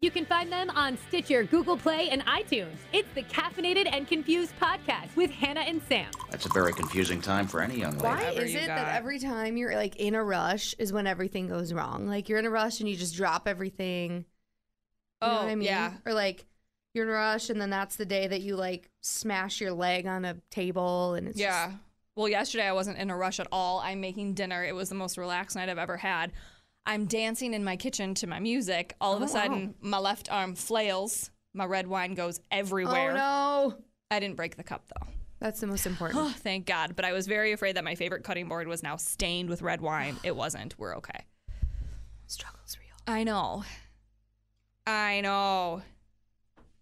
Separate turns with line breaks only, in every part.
You can find them on Stitcher, Google Play, and iTunes. It's the Caffeinated and Confused podcast with Hannah and Sam.
That's a very confusing time for any young lady.
Why is it that every time you're like in a rush is when everything goes wrong? Like you're in a rush and you just drop everything. You know
Oh,
what I mean?
yeah.
Or like you're in a rush and then that's the day that you like smash your leg on a table and it's just-
Yeah. Well, yesterday I wasn't in a rush at all. I'm making dinner. It was the most relaxed night I've ever had. I'm dancing in my kitchen to my music. All of a sudden, my left arm flails. My red wine goes everywhere.
oh no.
I didn't break the cup though.
That's the most important.
Oh, thank God. But I was very afraid that my favorite cutting board was now stained with red wine. It wasn't. We're okay.
Struggle's real.
I know. I know.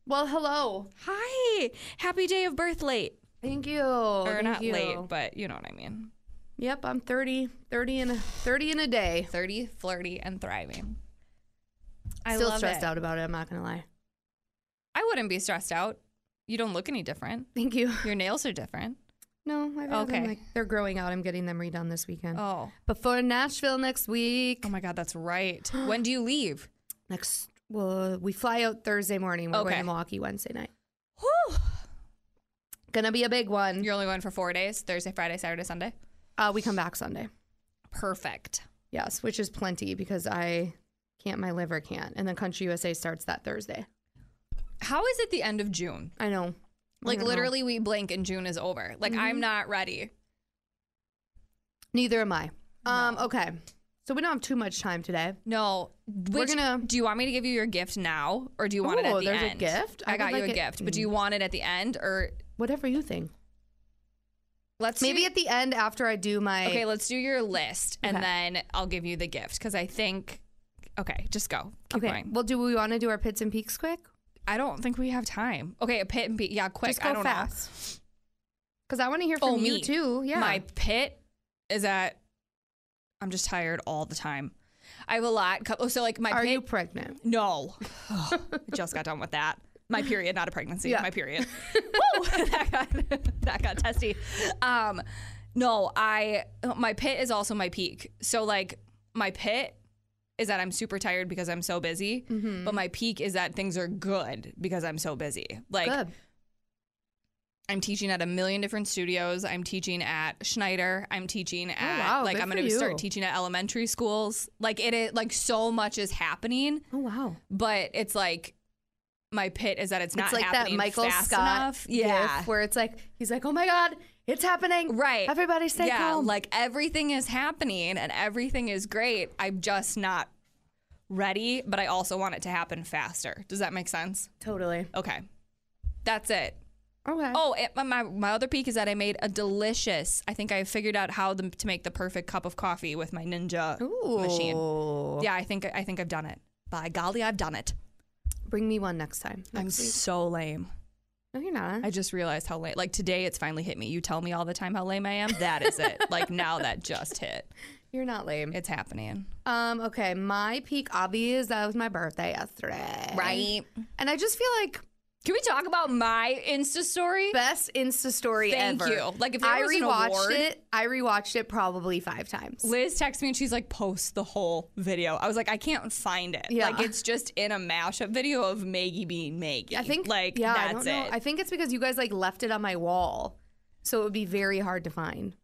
Well, hello.
Hi. Happy day of birth late.
Thank you. Or
or not late, but you know what I mean.
Yep, I'm 30, 30 in a 30 in a day.
30, flirty, and thriving. I
Still
love
stressed
it.
out about it, I'm not going to lie.
I wouldn't be stressed out. You don't look any different.
Thank you.
Your nails are different.
No, I've had them,
Okay.
like they're growing out. I'm getting them redone this weekend.
Oh.
Before Nashville next week.
Oh my God, that's right. when do you leave?
Next, well, we fly out Thursday morning. We're going
Okay.
to Milwaukee Wednesday night.
Whew.
Gonna be a big one.
You're only going for four days Thursday, Friday, Saturday, Sunday.
Uh, we come back Sunday.
Perfect.
Yes, which is plenty because I can't. My liver can't. And then Country USA starts that Thursday.
How is it the end of June?
I know.
Like
don't know. Mm-hmm.
literally, we blink and June is over. Like I'm not ready.
Neither am I. Um. Okay. So we don't have too much time today.
No, which,
gonna-
Do you want me to give you your gift now, or do you want it at
Ooh,
the
there's a
end?
gift?
I,
I would
got you
like
a
it-
gift, but do you want it at the end, or
Whatever you think.
let's do-
Maybe at the end after I do my.
okay, let's do your list, and
Okay.
then I'll give you the gift because I think. Okay, just go. Keep
okay.
going.
Well, do we want to do our pits and peaks quick?
I don't think we have time. Okay, a pit and beat. Yeah, quick.
Just go
I don't know.
fast. Because I want to hear from
Oh,
you
me.
too. Yeah.
My pit is that I'm just tired all the time. I have a lot. co- So like my
Are
pit
you pregnant?
No. I just got done with that. My period, not a pregnancy.
Yeah.
My period. Woo! that, got, that got testy. Um, no, I my pit is also my peak. So like my pit is that I'm super tired because I'm so busy. But my peak is that things are good because I'm so busy. Like
Good.
I'm teaching at a million different studios. I'm teaching at Schneider. I'm teaching at
Oh, wow,
like
good
I'm
for
gonna
you.
start teaching at elementary schools. Like it is like so much is happening
Oh wow.
but it's like my pit is that it's not
it's like that
happening
Michael
fast
Scott
enough.
gif where it's like he's like, "Oh my god, it's happening!"
right.
Everybody stay
yeah,
calm.
Like everything is happening and everything is great. I'm just not ready, but I also want it to happen faster. Does that make sense?
totally.
Okay, that's it.
Okay.
Oh, it, my- my my other peak is that I made a delicious. I think I figured out how the, to make the perfect cup of coffee with my Ninja machine.
Ooh.
Yeah, I think I think I've done it. By golly, I've done it.
Bring me one next time.
I'm
Next week.
so lame.
No, you're not.
I just realized how late. Like today, it's finally hit me. You tell me all the time how lame I am. That is it. like now, that just hit.
you're not lame.
It's happening.
Um. Okay. My peak obvi is that was my birthday yesterday. And I just feel like
Can we talk about my Insta story?
best Insta story
Thank
ever.
you. Like, if there
I
was an
rewatched
award-
it, I rewatched it probably five times.
Liz texted me and she's like, "Post the whole video." I was like, "I can't find it.
Yeah.
Like it's just in a mashup video of Maggie being Maggie."
I think
like
yeah,
that's
I don't know.
it.
I think it's because you guys like left it on my wall, so it would be very hard to find.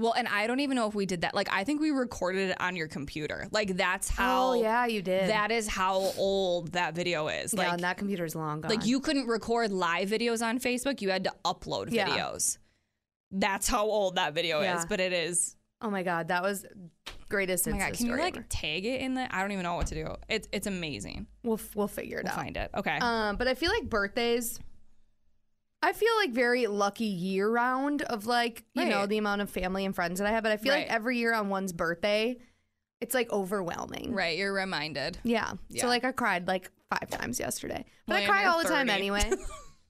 well, and I don't even know if we did that. Like I think we recorded it on your computer. Like that's how.
oh yeah, you did.
That is how old that video is.
yeah,
Like
and that computer's long gone.
Like you couldn't record live videos on Facebook. You had to upload
Yeah.
videos. That's how old that video
Yeah.
is, but it is.
Oh my god, that was greatest
Oh
Insta
my god, can you
story
like
ever.
tag it in the? I don't even know what to do. It's it's amazing.
We'll f- we'll figure it
We'll
out.
find it. Okay.
Um, but I feel like birthdays. I feel like very lucky year round of like you know
Right.
the amount of family and friends that I have, but I feel like
Right.
every year on one's birthday, it's like overwhelming.
right, you're reminded.
Yeah.
Yeah.
So like I cried like five times yesterday, but
Well,
I
and
cry
you're
all the time
30.
anyway.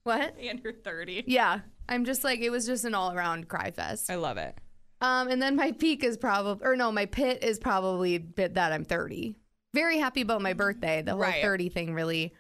what?
And you're 30.
Yeah. I'm just like it was just an all around cry fest.
I love it.
Um, and then my peak is probably, or no, my pit is probably bit that I'm 30. Very happy about my birthday. The whole
Right.
30 thing really.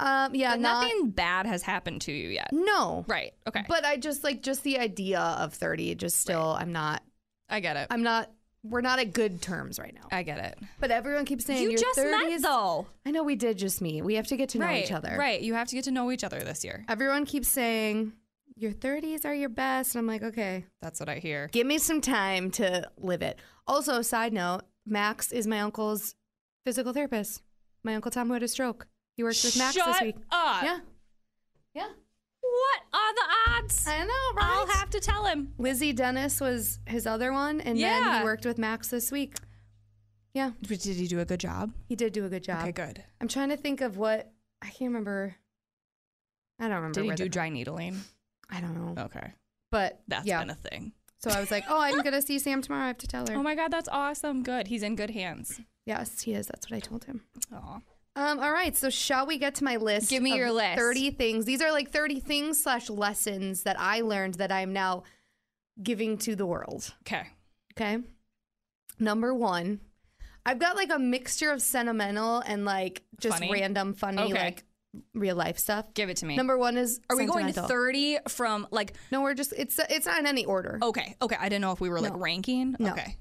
Um, yeah,
But
not,
nothing bad has happened to you yet.
No,
Right. Okay.
But I just like just the idea of 30. Just still, I'm not.
I get it.
I'm not we're not at good terms right now.
I get it.
But everyone keeps saying
You
your
just met,
30s
though.
I know we did just meet. We have to get to know
right.
each other.
Right. You have to get to know each other this year.
Everyone keeps saying your 30s are your best, and I'm like, okay,
That's what I hear.
give me some time to live it. Also, side note, Max is my uncle's physical therapist. My uncle Tom who had a stroke. He works with Max this
Shut
week.
up.
Yeah, yeah.
What are the odds?
I know, right?
I'll have to tell him.
Lizzie Dennis was his other one, and then
Yeah.
he worked with Max this week. Yeah,
But did he do a good job?
he did do a good job.
Okay, good.
I'm trying to think of what I can't remember. I don't remember.
Did he
where
do
the-
dry needling?
I don't know.
Okay.
But
that's
yeah.
been a thing.
so I was like, oh, I'm gonna see Sam tomorrow. I have to tell her.
Oh my God, that's awesome. Good. He's in good hands.
yes, he is. That's what I told him.
Aw.
Um. All right. So shall we get to my list?
Give me
of
your list.
Thirty things. These are like thirty things slash lessons that I learned that I am now giving to the world.
Okay.
Okay. Number one, I've got like a mixture of sentimental and like just
Funny?
random funny
Okay.
like real life stuff.
Give it to me.
Number one is
are we going to
sentimental.
30 from like,
No, we're just it's it's not in any order.
okay, okay. I didn't know if we were like
No.
ranking.
No.
Okay.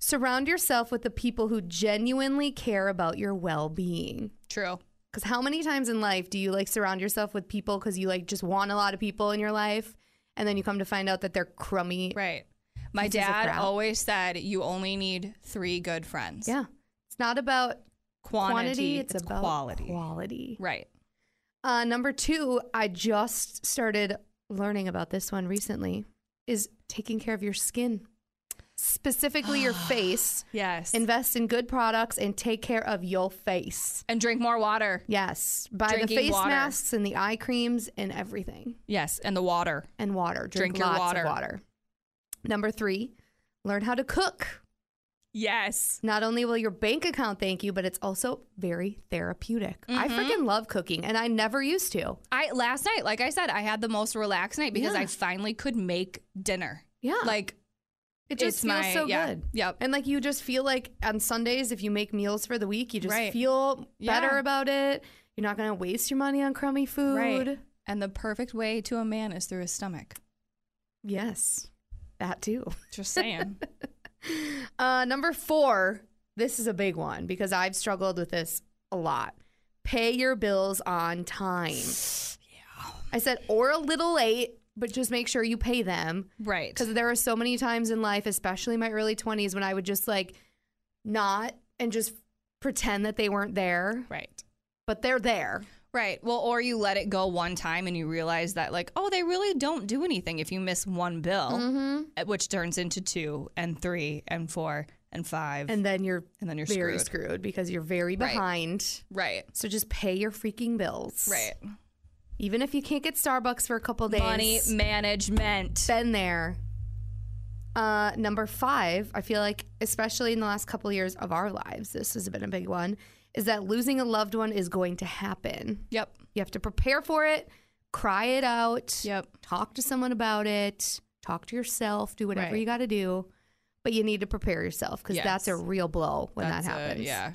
Surround yourself with the people who genuinely care about your well-being.
True.
Cuz how many times in life do you like surround yourself with people cuz you like just want a lot of people in your life and then you come to find out that they're crummy.
Right. My
Pieces of
dad
crap.
always said you only need three good friends.
Yeah. It's not about
Quantity,
quantity,
it's,
it's, about
quality.
Quality.
Right.
Uh, number two, I just started learning about this one recently, is taking care of your skin, specifically your face.
Yes. And,
Invest in good products and take care of your face.
drink more water.
Yes, buy
Drinking
the face
water.
masks and the eye creams and everything,
Yes. And the water.
and water. Drink,
Drink your
lots
water.
of water. Number three, learn how to cook.
Yes.
Not only will your bank account thank you, but it's also very therapeutic. I
Mm-hmm.
freaking love cooking, and I never used to.
I last night, like I said, I had the most relaxed night because
Yeah.
I finally could make dinner.
Yeah,
Like
It just
It's
feels
my-
so
yeah.
good.
Yep.
And like you just feel like on Sundays, if you make meals for the week, you just
Right.
feel better
Yeah.
about it. You're not gonna waste your money on crummy food.
Right. And the perfect way to a man is through his stomach.
Yes. That too.
Just saying.
Uh, number four, this is a big one because I've struggled with this a lot. Pay your bills on time. Yeah. I said, or a little late, but just make sure you pay them.
right.
because there were so many times in life, especially my early 20s, when I would just like not and just pretend that they weren't there,
Right.
but they're there.
Right. Well, or you let it go one time and you realize that, like, oh, they really don't do anything if you miss one bill,
Mm-hmm.
uh, which turns into two and three and four and five.
And then you're,
And then you're
very
screwed.
screwed. because you're very
Right.
behind.
right.
So just pay your freaking bills.
Right.
Even if you can't get Starbucks for a couple days.
Money management.
Been there. Uh, number five, I feel like, especially in the last couple years of our lives, this has been a big one, is that losing a loved one is going to happen.
Yep.
You have to prepare for it, cry it out.
Yep.
Talk to someone about it. Talk to yourself. Do whatever
Right.
you got to do, but you need to prepare yourself because that's a
Yes.
real blow when
That's
that
a-
happens.
yeah.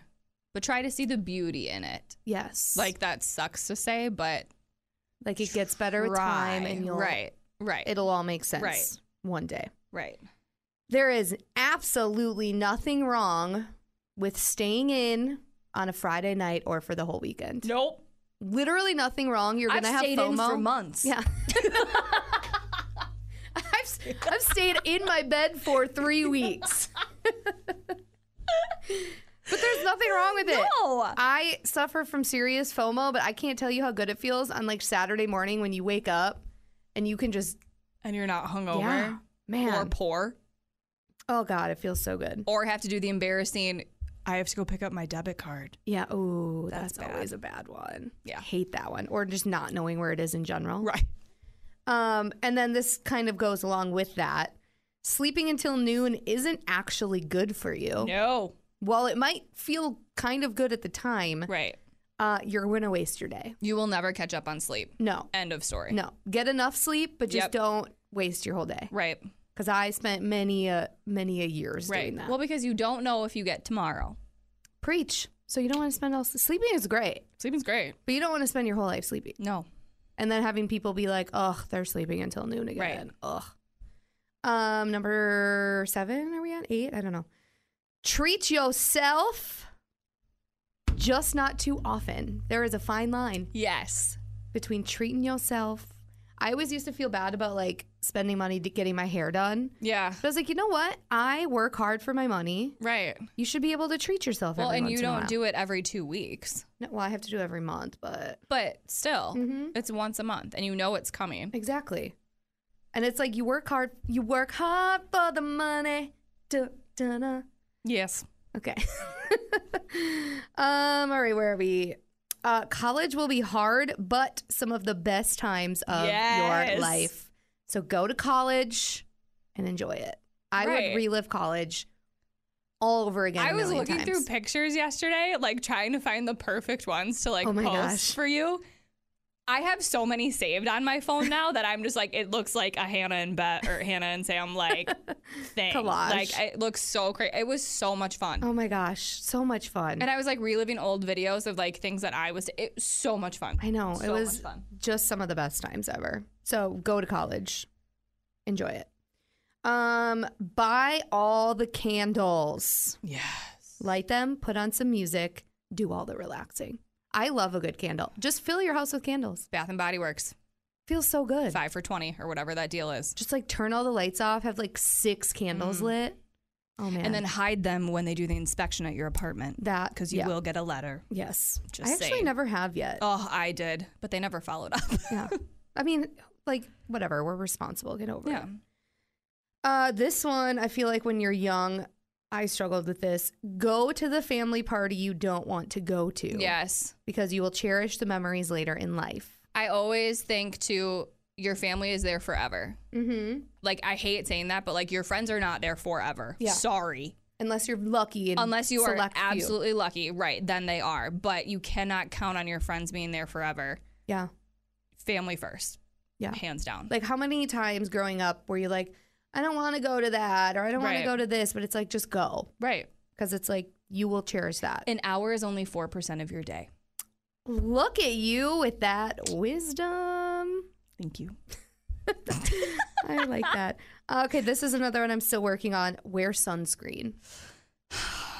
But try to see the beauty in it.
Yes.
Like, that sucks to say, but
like it gets better with
try.
time, and you'll
Right. Right.
It'll all make sense.
Right.
One day.
right.
There is absolutely nothing wrong with staying in on a Friday night or for the whole weekend.
Nope.
Literally nothing wrong. You're
I've
gonna have
stayed
FOMO
in for months.
Yeah. I've, I've stayed in my bed for three weeks. but there's nothing wrong with it.
No.
I suffer from serious FOMO, but I can't tell you how good it feels on like Saturday morning when you wake up and you can just,
And you're not hungover.
yeah,
Or
man.
poor.
oh God, it feels so good.
Or have to do the embarrassing, I have to go pick up my debit card.
Yeah. Oh, that's,
That's bad.
always a bad one.
Yeah.
Hate that one. Or just not knowing where it is in general.
Right.
Um, and then this kind of goes along with that. Sleeping until noon isn't actually good for you.
No.
While it might feel kind of good at the time,
Right.
uh, you're going to waste your day.
You will never catch up on sleep.
No,
End of story.
no. Get enough sleep, but just
Yep.
don't waste your whole day.
Right.
Because I spent many a many a years doing
Right.
that.
Well, because you don't know if you get tomorrow.
Preach. So you don't want to spend all sleeping is great,
Sleeping's great.
but you don't want to spend your whole life sleeping.
No.
and then having people be like, "Ugh, they're sleeping until noon again."
Right.
Ugh. Um, number seven? Are we on eight? I don't know. treat yourself, just not too often. There is a fine line
Yes.
between treating yourself. I always used to feel bad about like spending money to getting my hair done.
Yeah.
But I was like, you know what? I work hard for my money.
Right.
You should be able to treat yourself.
Well,
every
and
once
you
in a
don't
while.
do it every two weeks,
No, well, I have to do it every month, but
but still,
Mm-hmm.
it's once a month, and you know it's coming.
exactly. And it's like you work hard. You work hard for the money. Dun, dun, dun.
Yes.
Okay. um. All right. Where are we? Uh, college will be hard, but some of the best times of your
Yes.
life. So go to college and enjoy it. I
Right.
would relive college all over again.
I
a
was
million
looking through
times.
pictures yesterday, like trying to find the perfect ones to like
Oh my
post
gosh.
for you. I have so many saved on my phone now that I'm just like, it looks like a Hannah and Bet or Hannah and Sam like thing.
Collage.
Like it looks so crazy. It was so much fun.
Oh my gosh, so much fun.
And I was like reliving old videos of like things that I was. It was so much fun.
I know.
So
it
much
was
fun.
just some of the best times ever. So go to college. Enjoy it. Um, buy all the candles.
Yes.
Light them, put on some music, do all the relaxing. I love a good candle. Just fill your house with candles.
Bath and Body Works,
Feels so good.
five for twenty or whatever that deal is,
Just like turn all the lights off, have like six candles lit. Oh man.
Mm. and then hide them when they do the inspection at your apartment.
That-
because you
yeah.
will get a letter.
yes.
Just
I actually
saying.
never have yet.
Oh, I did, but they never followed up.
Yeah. I mean, like whatever, we're responsible. Get over it.
yeah.
Uh, this one, I feel like when you're young, I struggled with this. Go to the family party you don't want to go to.
Yes.
Because you will cherish the memories later in life.
I always think to your family is there forever.
Mm-hmm.
Like I hate saying that, but like your friends are not there forever.
Yeah.
Sorry.
Unless you're lucky. And
Unless you are
select few.
absolutely lucky, right, then they are. But you cannot count on your friends being there forever.
Yeah.
Family first.
Yeah.
Hands down.
Like, how many times growing up were you like, I don't want to go to that or I don't want to
Right.
go to this, but it's like, just go.
right.
Because it's like, you will cherish that.
An hour is only 4% of your day.
Look at you with that wisdom.
Thank you.
I like that. Uh, Okay, this is another one I'm still working on. Wear sunscreen.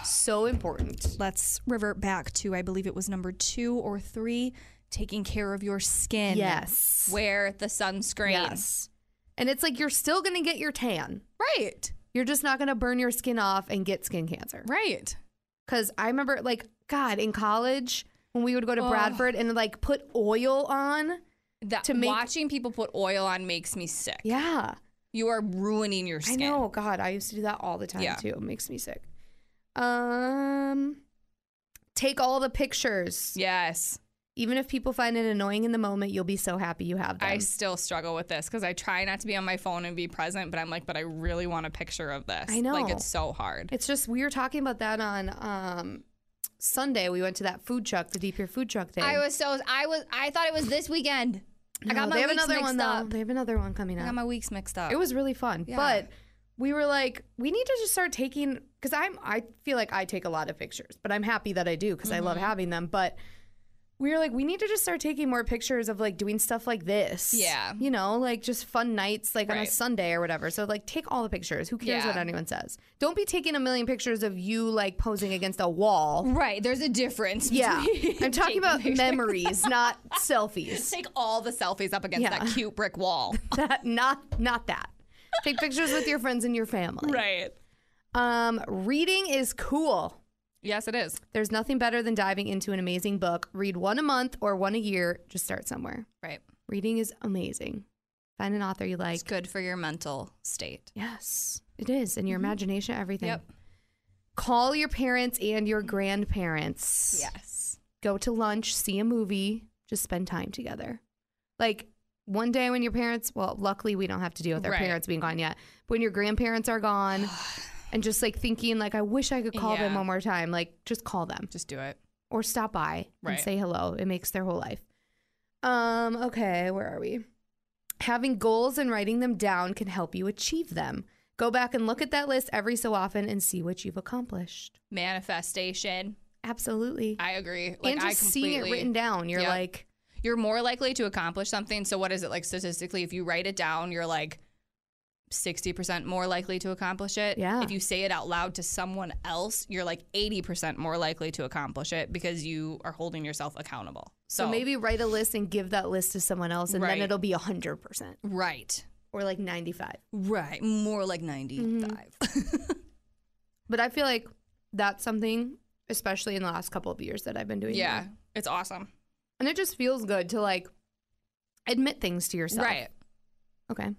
So important.
Let's revert back to, I believe it was number two or three, taking care of your skin.
Yes.
Wear the sunscreen.
Yes. And it's like you're still going to get your tan.
Right.
You're just not going to burn your skin off and get skin cancer.
Right.
Cuz I remember like god in college when we would go to
Oh.
Bradford and like put oil on.
that
to make-
watching people put oil on makes me sick.
Yeah.
You are ruining your skin.
I know, god, I used to do that all the time
Yeah.
too. It makes me sick. Um take all the pictures.
Yes.
Even if people find it annoying in the moment, you'll be so happy you have them.
I still struggle with this because I try not to be on my phone and be present, but I'm like, but I really want a picture of this.
I know.
Like, it's so hard.
it's just we were talking about that on um, Sunday. We went to that food truck, the Deep Pier food truck thing.
I was so, I was, I thought it was this weekend. I
No,
got my
they have
weeks
another
mixed
one
up.
though. They have another one coming
I
up.
got my weeks mixed up.
it was really fun,
Yeah.
but we were like, we need to just start taking because I'm I feel like I take a lot of pictures, but I'm happy that I do because I
Mm-hmm.
love having them. But we were like, we need to just start taking more pictures of like doing stuff like this.
Yeah.
you know, like just fun nights, like on a
Right.
Sunday or whatever. So like, take all the pictures. Who cares
Yeah.
what anyone says? Don't be taking a million pictures of you like posing against a wall.
right. There's a difference.
Yeah,
between
I'm talking
taking
about
pictures.
memories, not selfies.
Take all the selfies up against
Yeah.
that cute brick wall.
That not not that. Take pictures with your friends and your family.
right.
Um, reading is cool.
Yes, it is.
There's nothing better than diving into an amazing book. Read one a month or one a year. Just start somewhere.
Right.
Reading is amazing. Find an author you like.
It's good for your mental state.
Yes, it is. And your imagination, everything.
Mm-hmm. Yep.
Call your parents and your grandparents.
Yes.
Go to lunch, see a movie, just spend time together. Like one day when your parents, well, luckily we don't have to deal with our
Right.
parents being gone yet. But when your grandparents are gone and just like thinking like I wish I could call them
Yeah.
one more time, like just call them.
Just do it.
or stop by and
Right.
say hello. It makes their whole life. Um, okay, where are we? Having goals and writing them down can help you achieve them. Go back and look at that list every so often and see what you've accomplished.
Manifestation.
Absolutely.
I agree.
and just
I
seeing it
completely-
written down, you're
Yep.
like,
you're more likely to accomplish something. So what is it like statistically? If you write it down, you're like 60% more likely to accomplish it.
Yeah.
If you say it out loud to someone else, you're like 80% more likely to accomplish it because you are holding yourself accountable. So,
So maybe write a list and give that list to someone else, and
Right.
then it'll be 100%
Right.
or like 95.
Right. More like 95. Mm-hmm.
But I feel like that's something, especially in the last couple of years that I've been doing.
yeah.
more.
It's awesome.
And it just feels good to like admit things to yourself.
Right.
Okay.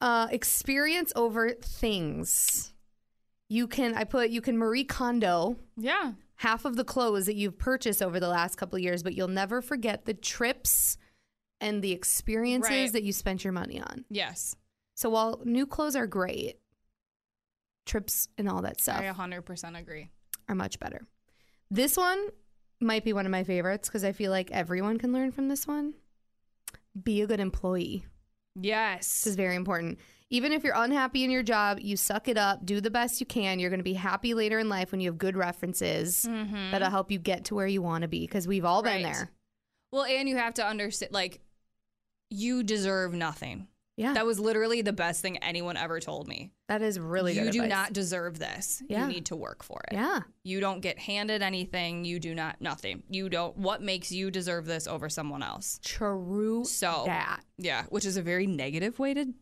Uh, experience over things. You can, I put, you can Marie Kondo
Yeah.
half of the clothes that you've purchased over the last couple of years, but you'll never forget the trips and the experiences
Right.
that you spent your money on.
Yes.
So while new clothes are great, trips and all that stuff
I 100% agree.
are much better. This one might be one of my favorites because I feel like everyone can learn from this one. Be a good employee. This
Yes.
is very important. Even if you're unhappy in your job, you suck it up, do the best you can. You're going to be happy later in life when you have good references that'll help you get to where you want to be because we've all been
Mm-hmm. Right.
there.
Well, and you have to understand, like, you deserve nothing.
Yeah.
That was literally the best thing anyone ever told me.
that is really
you
good.
do
advice.
not deserve this.
Yeah.
You need to work for it.
Yeah.
You don't get handed anything. You do not nothing. You don't. What makes you deserve this over someone else?
True.
So
that.
yeah, which is a very negative way to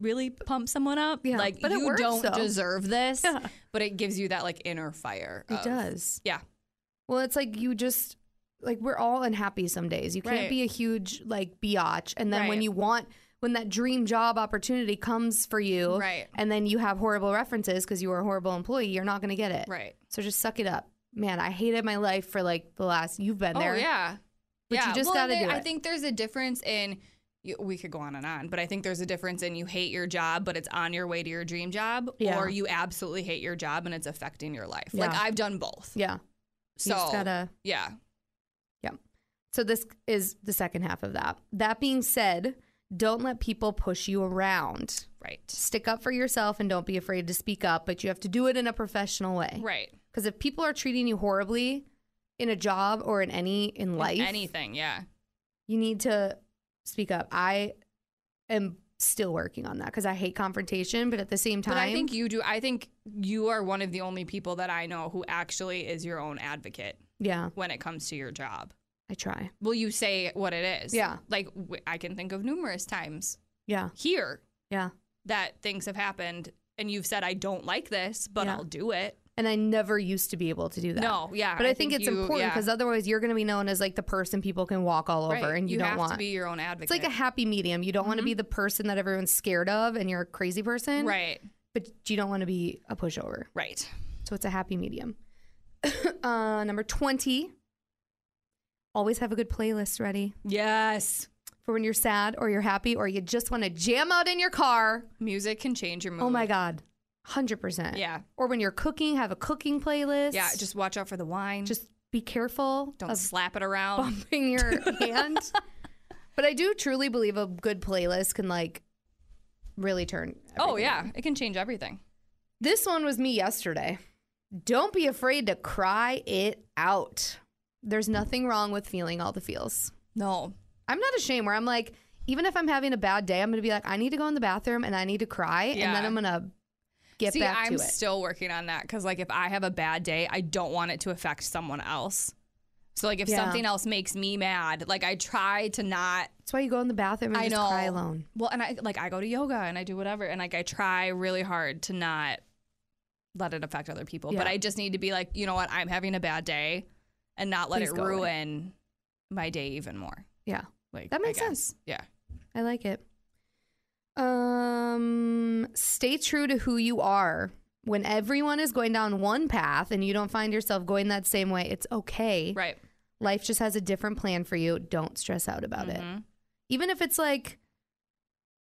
really pump someone up.
Yeah,
like
but it
you
works,
don't
though.
deserve this,
Yeah.
but it gives you that like inner fire.
It
of-
does.
Yeah.
Well, it's like you just like we're all unhappy some days. You can't
Right.
be a huge like biatch, and then when
Right.
you want when that dream job opportunity comes for you,
Right.
And then you have horrible references because you were a horrible employee. You're not going to get it.
Right.
So just suck it up, man. I hated my life for like the last. You've been there.
Oh yeah.
But you
yeah.
just
well,
gotta
and
do
I
it.
think there's a difference in. you- We could go on and on, but I think there's a difference in you hate your job, but it's on your way to your dream job,
Yeah.
or you absolutely hate your job and it's affecting your life. Like
Yeah.
I've done both.
Yeah.
So
you just gotta.
yeah,
Yeah. So this is the second half of that. That being said, don't let people push you around.
right,
Stick up for yourself and don't be afraid to speak up, but you have to do it in a professional way.
right.
Because if people are treating you horribly in a job or in any in life,
Anything, yeah.
you need to speak up. I am still working on that because I hate confrontation, but at the same time,
But I think you do. I think you are one of the only people that I know who actually is your own advocate
yeah,
when it comes to your job.
I try.
Will you say what it is?
Yeah.
Like w- I can think of numerous times
Yeah,
here
yeah.
that things have happened and you've said I don't like this, but
Yeah.
I'll do it.
And I never used to be able to do that.
No, yeah.
But I, think, it's
you-
important
yeah.
because otherwise you're going to be known as like the person people can walk all over,
Right.
and you, don't
have
want.
to be your own advocate.
it's like a happy medium. You don't want to be the person that everyone's scared of, and you're a crazy person,
right,
But you don't want to be a pushover.
right.
So it's a happy medium. uh, number twenty. Always have a good playlist ready
Yes,
for when you're sad or you're happy or you just want to jam out in your car.
music can change your mood.
Oh my god, hundred percent.
Yeah.
Or when you're cooking, have a cooking playlist.
Yeah, just watch out for the wine.
just be careful.
don't
of
slap it around.
bumping your hand. But I do truly believe a good playlist can like really turn.
Oh
everything.
yeah, it can change everything.
This one was me yesterday. Don't be afraid to cry it out. There's nothing wrong with feeling all the feels.
No.
I'm not ashamed where I'm like, even if I'm having a bad day, I'm going to be like, I need to go in the bathroom and I need to cry. And then
Yeah.
I'm going to get
See,
back
I'm
to it.
still working on that because, like, if I have a bad day, I don't want it to affect someone else. So, like, if
Yeah.
something else makes me mad, like, I try to not.
That's why you go in the bathroom and
I
just
know.
cry alone.
Well, and I like I go to yoga and I do whatever, and like I try really hard to not let it affect other people. But
Yeah.
I just need to be like, you know what, I'm having a bad day, and not let
Please
it
go away.
ruin my day even more.
Yeah.
Like
That
I
makes
guess. Yeah.
I like it. Um, stay true to who you are. When everyone is going down one path and you don't find yourself going that same way, it's okay.
Right.
Life just has a different plan for you. Don't stress out about
Mm-hmm.
it. Even if it's like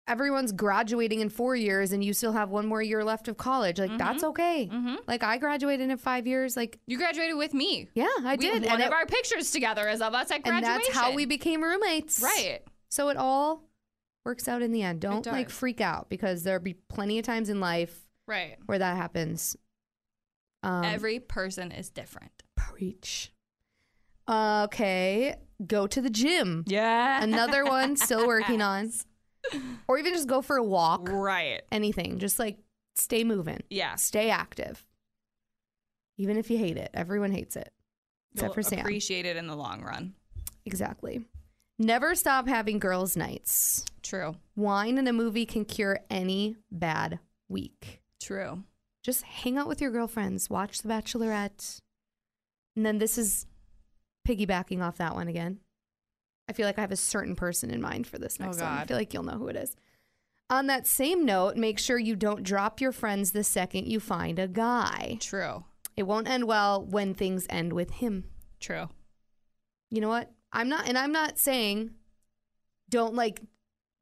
everyone's graduating in 4 years and you still have one more year left of college, like that's
Mm-hmm.
okay. Like I graduated in 5 years, like
You graduated with me.
yeah, I
We-
did.
One
and,
of
it-
our pictures together is of us at
and
graduation.
that's how we became roommates.
Right.
So it all works out in the end. Don't like
does.
freak out because there'll be plenty of times in life
Right.
where that happens. Um,
Every person is different.
preach. Okay, go to the gym.
Yeah.
Another one still working on. or even just go for a walk,
Right.
anything. Just like stay moving,
Yeah.
stay active. Even if you hate it, everyone hates it. Except
You'll
for Sam.
Appreciate it in the long run.
Exactly. Never stop having girls' nights.
True.
Wine and a movie can cure any bad week.
True.
Just hang out with your girlfriends, watch The Bachelorette. And then this is piggybacking off that one again. I feel like I have a certain person in mind for this
Oh,
next one. I
God.
feel like you'll know who it is. On that same note, make sure you don't drop your friends the second you find a guy.
True.
It won't end well when things end with him.
True.
you know what? I'm not, and I'm not saying don't like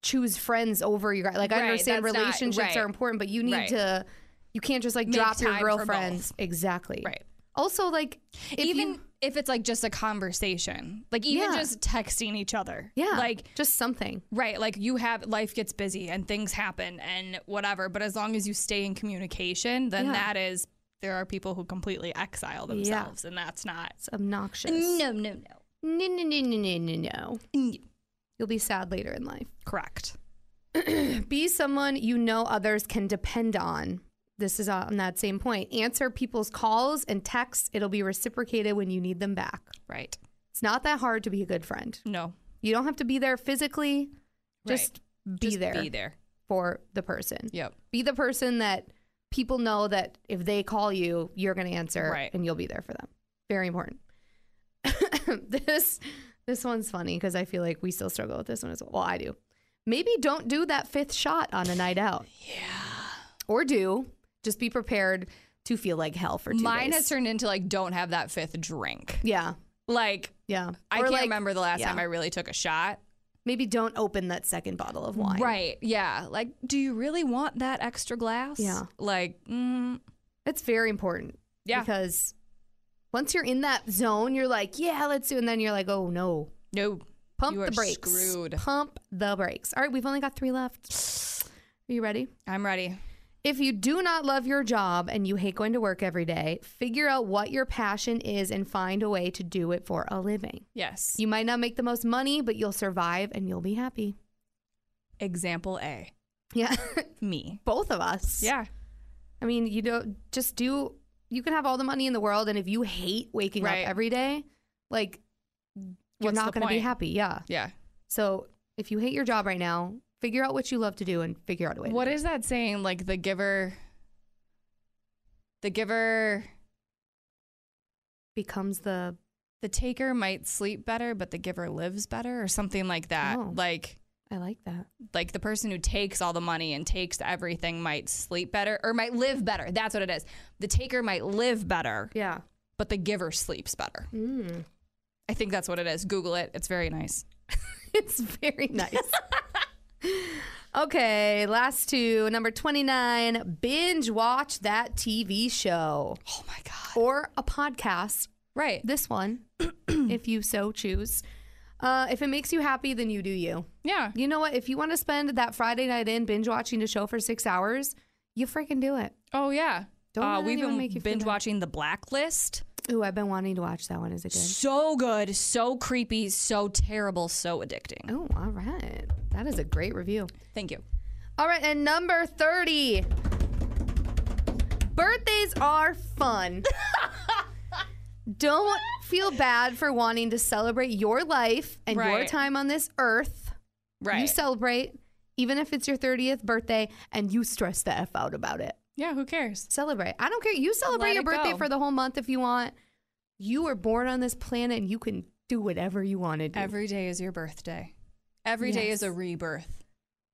choose friends over your guy. Like I
Right,
understand
that's not-
relationships
right.
are important, but you need
Right.
to, you can't just like
Make
drop your
time for both.
girlfriends. Exactly.
Right.
Also, like if
even
you-
if it's like just a conversation, like even
Yeah.
just texting each other.
yeah,
Like,
just something.
right. Like you have, life gets busy and things happen and whatever. But as long as you stay in communication, then
Yeah.
that is, there are people who completely exile themselves and that's not.
It's obnoxious.
no, no.
no, no, no, no, no, no, no.
Mm,
You'll be sad later in life.
Correct.
Be someone you know others can depend on. This is on that same point. Answer people's calls and texts. It'll be reciprocated when you need them back.
Right.
It's not that hard to be a good friend.
No.
You don't have to be there physically.
Right.
Just be
Just
there
Be there.
for the person.
Yep.
Be the person that people know that if they call you, you're going to answer
Right.
and you'll be there for them. Very important. this this one's funny because I feel like we still struggle with this one as well. Well, I do. Maybe don't do that fifth shot on a night out. Yeah. Or do. Just be prepared to feel like hell for two
Mine
days.
has turned into like, don't have that fifth drink.
yeah.
Like,
Yeah.
I
Or,
can't
like,
remember the last
yeah.
time I really took a shot.
Maybe don't open that second bottle of wine.
Right. Yeah. Like, do you really want that extra glass?
Yeah.
Like, mm,
It's very important.
yeah.
Because once you're in that zone, you're like, yeah, let's do. And then you're like, oh no,
no.
pump
You
the
are
brakes.
screwed.
Pump the brakes. All right, we've only got three left. Are you ready?
I'm ready.
If you do not love your job and you hate going to work every day, figure out what your passion is and find a way to do it for a living.
Yes.
You might not make the most money, but you'll survive and you'll be happy.
Example A.
Yeah,
Me.
both of us.
Yeah.
I mean, you don't just do. You can have all the money in the world, and if you hate waking
Right.
up every day, like you're
What's
not
the
going to be
point?
happy. Yeah.
Yeah.
So if you hate your job right now, figure out what you love to do and figure out a way.
What
to
is that saying? Like the giver. The giver,
becomes the
the taker might sleep better, but the giver lives better, or something like that.
Oh.
Like,
I like that.
like the person who takes all the money and takes everything might sleep better or might live better. That's what it is. The taker might live better,
Yeah.
but the giver sleeps better.
Mm.
I think that's what it is. Google it. It's very nice.
It's very nice. okay, last two. Number 29, binge watch that TV show
Oh my god.
or a podcast
Right.
this one, if you so choose. Uh, if it makes you happy, then you do you.
Yeah.
You know what? If you want to spend that Friday night in binge watching a show for six hours, you freaking do it.
Oh yeah.
Don't
uh,
let
we've
anyone
been
make you feel
binge
bad.
watching The Blacklist.
Ooh, I've been wanting to watch that one. Is it good?
So good, so creepy, so terrible, so addicting.
Oh, all right. That is a great review.
Thank you.
All right, and number 30. Birthdays are fun. Don't feel bad for wanting to celebrate your life and your
Right.
time on this earth.
Right.
You celebrate, even if it's your 30th birthday, and you stress the F out about it.
yeah, who cares?
Celebrate. I don't care. You celebrate
Let
your
it
birthday
go.
for the whole month if you want. You were born on this planet and you can do whatever you want to do.
Every day is your birthday. Every day
Yes.
is a rebirth.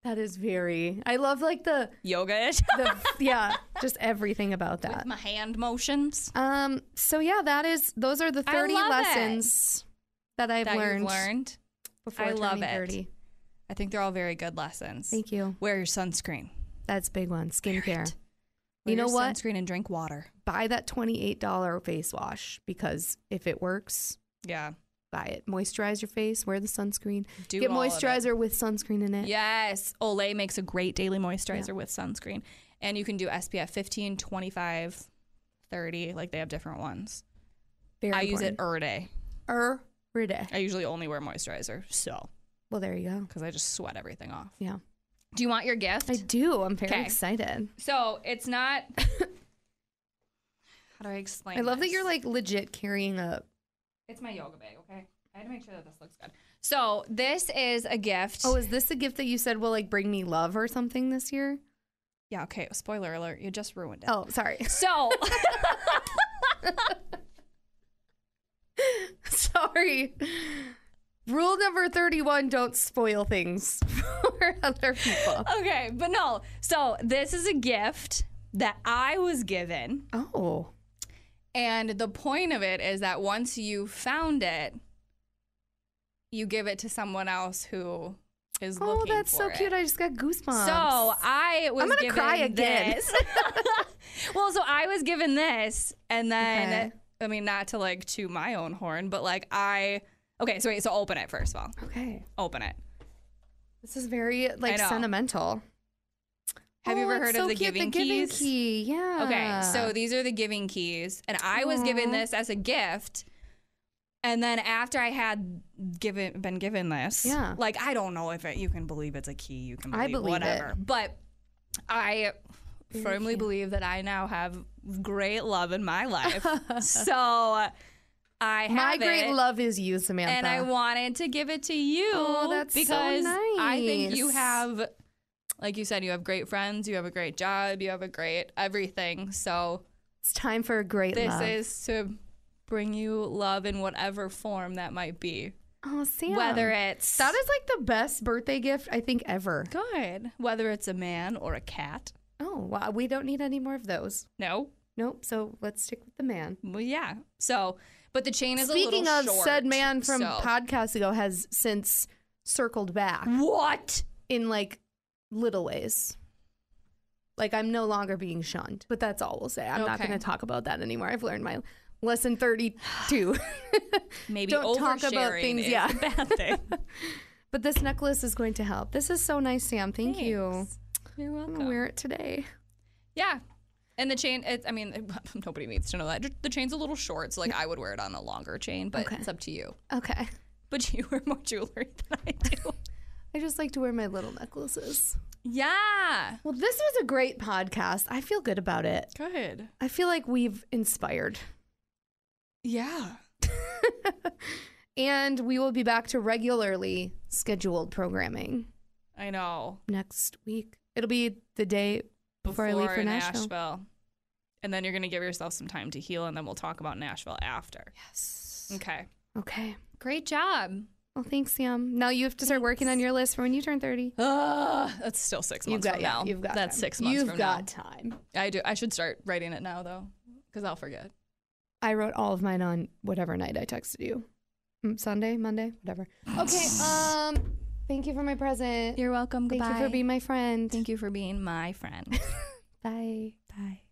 that is very. I love like the
Yoga
the yeah, just everything about that.
my hand motions.
Um. So yeah, that is. Those are the
I
thirty
love
lessons that I've
that you've
learned,
learned.
before
I love
turning
it.
30.
I think they're all very good lessons.
Thank you.
Wear your sunscreen.
That's a big one. Skincare.
it.
You
Wear
know
your
what?
Sunscreen and drink water.
Buy that twenty-eight dollar face wash because if it works,
Yeah.
buy it. Moisturize your face. Wear the sunscreen.
Do
Get
all of it.
moisturizer with sunscreen in it.
Yes. Olay makes a great daily moisturizer with sunscreen. And you can do SPF 15, 25, 30. Like they have different ones.
Very
I use it
important. Er?
every day.
every day.
I usually only wear moisturizer. So,
Well, there you go.
because I just sweat everything off.
Yeah.
Do you want your gift?
I do. I'm very
'Kay.
excited.
So it's not. How do I explain?
I love that
this?
you're like legit carrying a.
It's my yoga bag. Okay, I had to make sure that this looks good. So this is a gift.
Oh, is this a gift that you said will like bring me love or something this year?
yeah. Okay. Spoiler alert. You just ruined it.
Oh, sorry.
So
sorry. Rule number 31 don't spoil things for other people.
okay, but no. So this is a gift that I was given.
Oh.
And the point of it is that once you found it, you give it to someone else who is
Oh,
looking
that's so
for
cute.
it.
I just got goosebumps.
So I was.
I'm gonna
given
cry again.
this. well, so I was given this, and then
Okay.
I mean, not to like to my own horn, but like I. Okay, so wait. So open it first of all.
Okay.
Open it.
This is very like
know.
sentimental.
Have you
Oh,
ever
it's
heard
so
of the
cute,
giving
the giving
keys?
key? Yeah.
Okay, so these are the giving keys, and I was given this as a gift. And then after I had given been given this,
Yeah.
like I don't know if it, you can believe it's a key, you can believe,
I believe it.
whatever, but I firmly believe that I now have great love in my life. so I have
my great
it,
love is you, Samantha.
and I wanted to give it to you
Oh, that's so
because I think you
nice.
have, like you said, you have great friends, you have a great job, you have a great everything. So
it's time for a great
this
love.
is to bring you love in whatever form that might be.
oh, Sam.
Whether it's
that is like the best birthday gift I think ever.
good, whether it's a man or a cat.
Oh, wow. We don't need any more of those.
No,
Nope. So let's stick with the man.
well, yeah. So, but the chain is a
Speaking
little
of,
short,
said man from
so-
podcast ago has since circled back
what?
in like little ways. Like I'm no longer being shunned, but that's all we'll say. I'm not
Okay.
going to talk about that anymore. I've learned my lesson 32.
Maybe
Don't talk about
oversharing
things,
is
yeah.
a bad thing.
but this necklace is going to help. This is so nice, Sam. Thank you.
Thanks. You're
I'm
welcome.
going to wear it today.
Yeah. And the chain, it, I mean, nobody needs to know that. The chain's a little short, so like I would wear it on a longer chain, but
Okay.
it's up to you.
Okay.
But you wear more jewelry than I do.
I just like to wear my little necklaces.
yeah.
Well, this was a great podcast. I feel good about it.
Good.
I feel like we've inspired.
Yeah.
And we will be back to regularly scheduled programming
I know.
next week. It'll be the day before, I leave for
in
Nashville.
Nashville. And then you're going to give yourself some time to heal, and then we'll talk about Nashville after.
Yes.
Okay.
Okay.
Great job.
Well, thanks, Sam. Now you have to start working on your list for when you turn 30.
Ugh, Ah, that's still six months from now.
You've got
that's
time.
six months
You've
from
got
now.
time.
I do. I should start writing it now, though, because I'll forget.
I wrote all of mine on whatever night I texted you. Mm, Sunday, Monday, whatever. Okay. Um, thank you for my present.
welcome.
thank you for being my friend.
Thank you for being my friend.
Bye.
Bye.